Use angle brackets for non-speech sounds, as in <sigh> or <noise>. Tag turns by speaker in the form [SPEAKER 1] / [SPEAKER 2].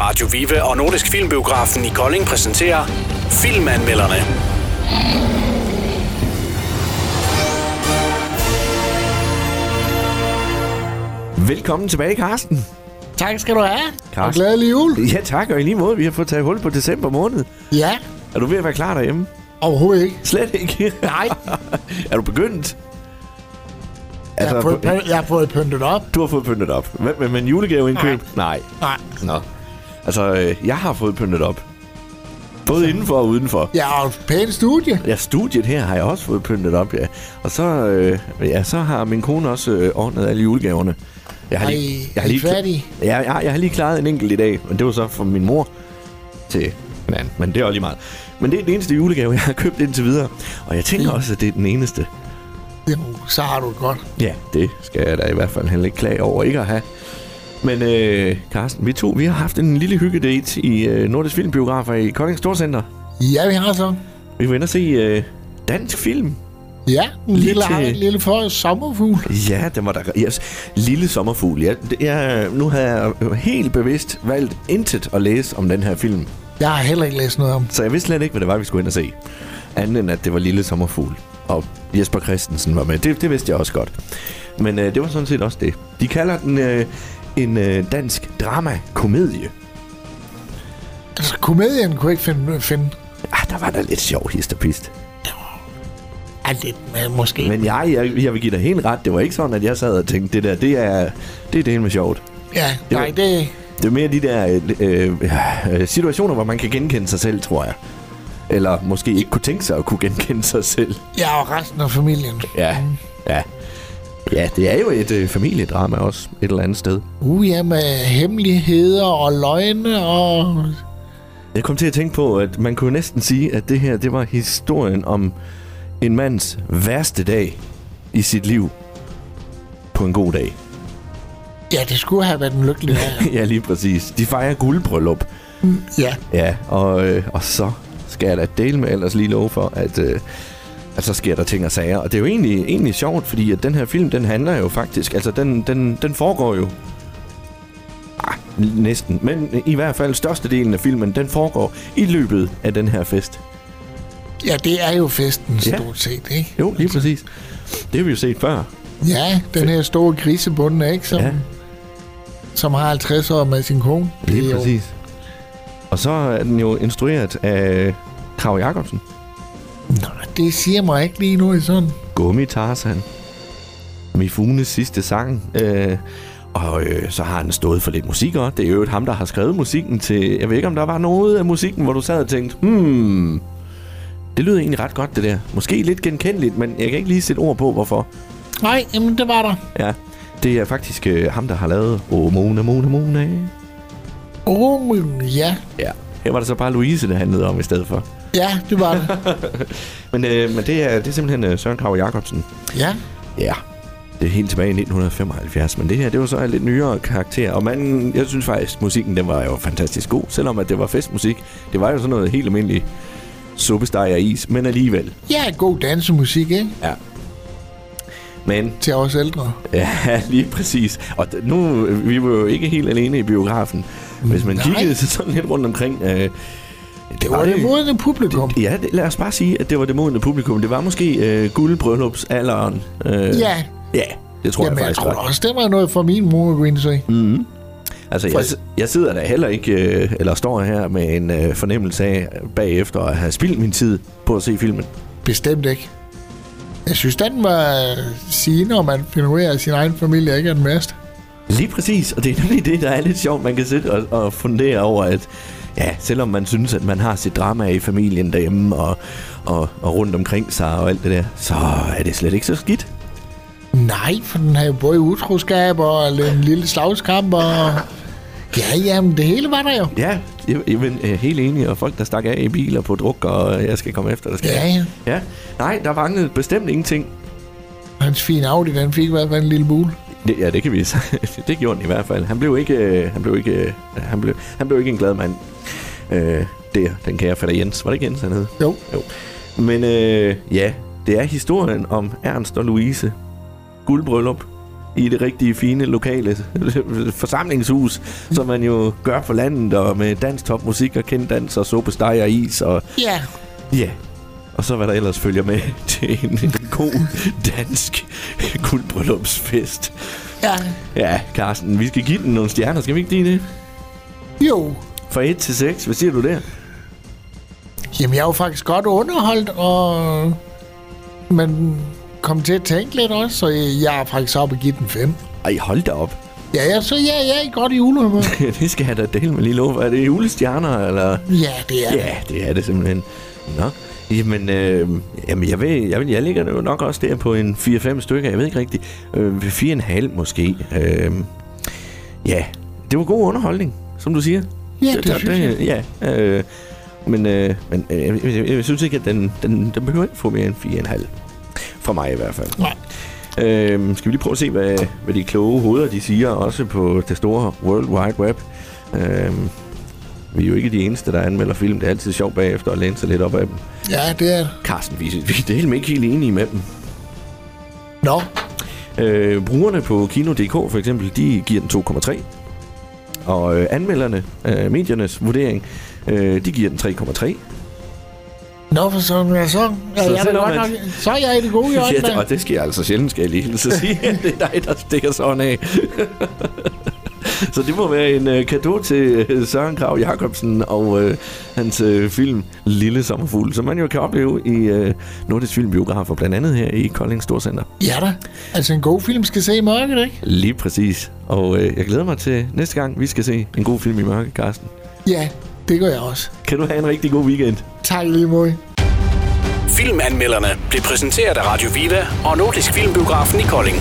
[SPEAKER 1] Radio Vive og Nordisk Filmbiografen i Kolding præsenterer Filmanmelderne.
[SPEAKER 2] Velkommen tilbage, Karsten.
[SPEAKER 3] Tak skal du have.
[SPEAKER 2] Karsten.
[SPEAKER 3] Og glædelig jul.
[SPEAKER 2] Ja, tak. Og i lige måde, vi har fået taget hul på december måned.
[SPEAKER 3] Ja,
[SPEAKER 2] Er du ved at være klar derhjemme?
[SPEAKER 3] overhovedet ikke.
[SPEAKER 2] Slet ikke. <laughs>
[SPEAKER 3] Nej,
[SPEAKER 2] er du begyndt?
[SPEAKER 3] jeg, har fået,
[SPEAKER 2] på-
[SPEAKER 3] pyn- jeg har fået pyntet op.
[SPEAKER 2] du har fået pyntet op. Hvad med, med en julegaveindkøb? Nej. Nej.
[SPEAKER 3] Nej.
[SPEAKER 2] Nå. Altså, øh, jeg har fået pyntet op.
[SPEAKER 3] Altså-
[SPEAKER 2] Både indenfor og udenfor.
[SPEAKER 3] Jeg har et pænt studie.
[SPEAKER 2] Ja, studiet her har jeg også fået pyntet op, ja. Og så, øh, ja, så har min kone også øh, ordnet alle julegaverne. Jeg har
[SPEAKER 3] Ej, er I fattige?
[SPEAKER 2] ja, jeg, jeg har lige klaret en enkelt i dag, men det var så fra min mor til en anden. Men det er også lige meget. Men det er den eneste julegave, jeg har købt indtil videre. Og jeg tænker også, at det er den eneste.
[SPEAKER 3] Jo, så har du det godt.
[SPEAKER 2] Ja, det skal jeg da i hvert fald heller ikke klage over ikke at have. Men øh, Carsten, vi to vi har haft en lille hyggedate i øh, Nordisk Filmbiografer i Kolding Storcenter.
[SPEAKER 3] Ja, vi har så.
[SPEAKER 2] Vi var inde og se øh, dansk film.
[SPEAKER 3] Ja, en
[SPEAKER 2] Lige
[SPEAKER 3] lille,
[SPEAKER 2] til-
[SPEAKER 3] en lille for sommerfugl.
[SPEAKER 2] Ja, den var der. Yes. Lille sommerfugl. Ja, det, jeg, nu har jeg helt bevidst valgt intet at læse om den her film.
[SPEAKER 3] Jeg har heller ikke læst noget om.
[SPEAKER 2] Så jeg vidste slet ikke, hvad det var, vi skulle ind og se. Andet end, at det var Lille Sommerfugl. Og Jesper Christensen var med. Det, det vidste jeg også godt. Men øh, det var sådan set også det. De kalder den øh, en øh, dansk drama-komedie.
[SPEAKER 3] Altså, komedien kunne jeg ikke finde... finde.
[SPEAKER 2] Ah, der var da lidt sjov histerpist.
[SPEAKER 3] Ej, det er måske... Men.
[SPEAKER 2] Men jeg, jeg, jeg vil give dig helt ret. Det var ikke sådan, at jeg sad og tænkte, det der, det er det er det med sjovt.
[SPEAKER 3] Ja,
[SPEAKER 2] Jo.
[SPEAKER 3] nej, det...
[SPEAKER 2] Det er mere de der øh, øh, øh, situationer, hvor man kan genkende sig selv, tror jeg. Eller måske ikke kunne tænke sig at kunne genkende sig selv.
[SPEAKER 3] Jeg og resten af familien.
[SPEAKER 2] Ja, ja. Ja, det er jo et øh, familiedrama også, et eller andet sted.
[SPEAKER 3] Uh, ja, med hemmeligheder og løgne og...
[SPEAKER 2] Jeg kom til at tænke på, at man kunne næsten sige, at det her, det var historien om en mands værste dag i sit liv på en god dag. <laughs>
[SPEAKER 3] Ja, det skulle have været den lykkelige dag.
[SPEAKER 2] ja, lige præcis. De fejrer guldbryllup.
[SPEAKER 3] Ja,
[SPEAKER 2] Ja, og, øh, og så skal jeg da dele med ellers lige love for, at, øh, at så sker der ting og sager. Og det er jo egentlig, egentlig sjovt, fordi at den her film, den handler jo faktisk, altså den, den, den foregår jo Ah, næsten, men i hvert fald størstedelen af filmen, den foregår i løbet af den her fest.
[SPEAKER 3] ja det er jo festen
[SPEAKER 2] Ja.
[SPEAKER 3] stort set, ikke?
[SPEAKER 2] Jo, lige præcis. Det har vi jo set før.
[SPEAKER 3] Ja, den her store grisebunde, ikke? Som,
[SPEAKER 2] Ja.
[SPEAKER 3] ja. som har 50 år med sin kone. Det er
[SPEAKER 2] Lige
[SPEAKER 3] jo-
[SPEAKER 2] præcis. Og så er den jo instrueret af Krav Jacobsen.
[SPEAKER 3] Nå, det siger mig ikke lige nu i sådan.
[SPEAKER 2] Gummi Tarzan. Mifunes sidste sang. Øh, og øh, så har han stået for lidt musik også. Det er jo et ham, der har skrevet musikken til... Jeg ved ikke, om der var noget af musikken, hvor du sad og tænkte, hmm, det lyder egentlig ret godt, det der. Måske lidt genkendeligt, men jeg kan ikke lige sætte ord på, hvorfor.
[SPEAKER 3] Nej, jamen det var der.
[SPEAKER 2] Ja, det er faktisk øh, ham, der har lavet Åh, Mona, Mona, Mona.
[SPEAKER 3] Åh, men ja.
[SPEAKER 2] Ja, her var det så bare Louise, det handlede om i stedet for.
[SPEAKER 3] Ja, det
[SPEAKER 2] <laughs>
[SPEAKER 3] var det.
[SPEAKER 2] Men, øh, men det, er, det er simpelthen øh, Søren Krav Jacobsen,
[SPEAKER 3] Ja.
[SPEAKER 2] Ja, det er helt tilbage i 1975, men det her, det var så en lidt nyere karakter, og man, jeg synes faktisk, musikken, den var jo fantastisk god, selvom at det var festmusik. Det var jo sådan noget helt almindeligt suppesteg og is, men alligevel.
[SPEAKER 3] Ja, god dansemusik, ikke?
[SPEAKER 2] Ja. Men, <laughs>
[SPEAKER 3] Til os ældre.
[SPEAKER 2] ja, lige præcis. Og d- nu, øh, vi var jo ikke helt alene i biografen. Hvis man
[SPEAKER 3] Nej.
[SPEAKER 2] kiggede sig sådan lidt rundt omkring... Øh, det,
[SPEAKER 3] Det var det modne publikum.
[SPEAKER 2] Ja, det, lad os bare sige, at det var det modne publikum. Det var måske øh, guldbryllupsalderen. Øh,
[SPEAKER 3] Ja.
[SPEAKER 2] Ja, det tror
[SPEAKER 3] Jamen,
[SPEAKER 2] jeg
[SPEAKER 3] jeg
[SPEAKER 2] faktisk Mm.
[SPEAKER 3] tror
[SPEAKER 2] var.
[SPEAKER 3] da også, det var noget for min mor, Greensley.
[SPEAKER 2] Altså,
[SPEAKER 3] For-
[SPEAKER 2] jeg, jeg sidder da heller ikke, øh, eller står her med en øh, fornemmelse af øh, bagefter at have spildt min tid på at se filmen.
[SPEAKER 3] Bestemt ikke. Jeg synes, den var øh, sigende, om man finder ud af, at sin egen familie ikke er den værste.
[SPEAKER 2] Lige præcis, og det er nemlig det, der er lidt sjovt. Man kan sidde og, og fundere over, at ja, selvom man synes, at man har sit drama i familien derhjemme og, og, og rundt omkring sig og alt det der, så er det slet ikke så skidt.
[SPEAKER 3] Nej, for den havde jo både utroskab og en lille slagskamp og... Ja, jamen, det hele var der jo.
[SPEAKER 2] Ja, jeg, jeg, men, jeg er helt enig, og folk, der stak af i biler på druk, og øh, jeg skal komme efter, der skal
[SPEAKER 3] Ja, ja.
[SPEAKER 2] ja. Nej, der manglede bestemt ingenting.
[SPEAKER 3] Hans fine Audi, den fik i hvert fald en lille bule.
[SPEAKER 2] Det, ja, det kan vi <laughs> det, det gjorde han i hvert fald. Han blev ikke, øh, han blev ikke, øh, han blev, han blev ikke en glad mand. Øh, der, den kære fætter Jens. Var det ikke Jens, han hed?
[SPEAKER 3] Jo.
[SPEAKER 2] Jo. Men øh, ja, det er historien om Ernst og Louise. Guldbryllup. i det rigtige fine lokale <laughs> forsamlingshus, som man jo gør for landet, og med dansk topmusik og kendt dans og soppesteg og is og
[SPEAKER 3] Ja,
[SPEAKER 2] ja. Og så hvad der ellers følger med <laughs> til en, en god dansk guldbryllupsfest.
[SPEAKER 3] ja.
[SPEAKER 2] Ja, Carsten, vi skal give den nogle stjerner, skal vi ikke give det?
[SPEAKER 3] Jo.
[SPEAKER 2] Fra 1 til 6, hvad siger du der?
[SPEAKER 3] Jamen, jeg er jo faktisk godt underholdt, og man kom til at tænke lidt også, og jeg er faktisk oppe og give den 5.
[SPEAKER 2] Ej, hold da op. <laughs>
[SPEAKER 3] Ja, ja, så ja, jeg er godt i julehumør.
[SPEAKER 2] det skal jeg da dele med lige lov. Er det julestjerner, eller?
[SPEAKER 3] ja, det er det.
[SPEAKER 2] Ja, det er det simpelthen. Nå, jamen, øh, jamen jeg, ved, jeg, ved, jeg ligger jo nok også der på en 4-5 stykker, jeg ved ikke rigtigt. Øh, 4,5 måske. Øh, ja, det var god underholdning, som du siger.
[SPEAKER 3] Ja, det synes
[SPEAKER 2] jeg. Ja, øh, men, øh, men øh, jeg, jeg, jeg, jeg synes ikke, at den, den, den behøver ikke få mere end 4,5. Fra mig i hvert fald.
[SPEAKER 3] Nej.
[SPEAKER 2] Øhm, skal vi lige prøve at se, hvad, hvad de kloge hoveder de siger, også på det store World Wide Web. Øhm, vi er jo ikke de eneste, der anmelder film. Det er altid sjovt bagefter at læne sig lidt op af dem.
[SPEAKER 3] Ja, det er det.
[SPEAKER 2] Carsten, vi, vi er helt ikke helt enige med dem.
[SPEAKER 3] Nå,
[SPEAKER 2] Øh, brugerne på Kino.dk for eksempel, de giver den 2,3. Og øh, anmelderne, øh, mediernes vurdering, øh, de giver den 3,3.
[SPEAKER 3] nå for sådan, ja, så er
[SPEAKER 2] Så
[SPEAKER 3] jeg da
[SPEAKER 2] selvom
[SPEAKER 3] godt
[SPEAKER 2] at-
[SPEAKER 3] nok, så er jeg i det gode hjørne.
[SPEAKER 2] Ja,
[SPEAKER 3] Ja,
[SPEAKER 2] og det sker altså sjældent, skal jeg lige hilse at
[SPEAKER 3] <laughs>
[SPEAKER 2] sige. at det er dig, der stikker sådan af. Så det må være en øh, gave til øh, Søren Krav Jacobsen og øh, hans øh, film Lille Sommerfugl, som man jo kan opleve i øh, Nordisk Filmbiografer, blandt andet her i Kolding Storcenter.
[SPEAKER 3] ja da. Altså, en god film skal se i mørket, ikke?
[SPEAKER 2] Lige præcis. Og øh, jeg glæder mig til næste gang, vi skal se en god film i mørke, Carsten.
[SPEAKER 3] Ja, det gør jeg også.
[SPEAKER 2] Kan du have en rigtig god weekend.
[SPEAKER 3] Tak i lige måde.
[SPEAKER 1] Filmanmelderne blev præsenteret af Radio Viva og Nordisk Filmbiografen i Kolding.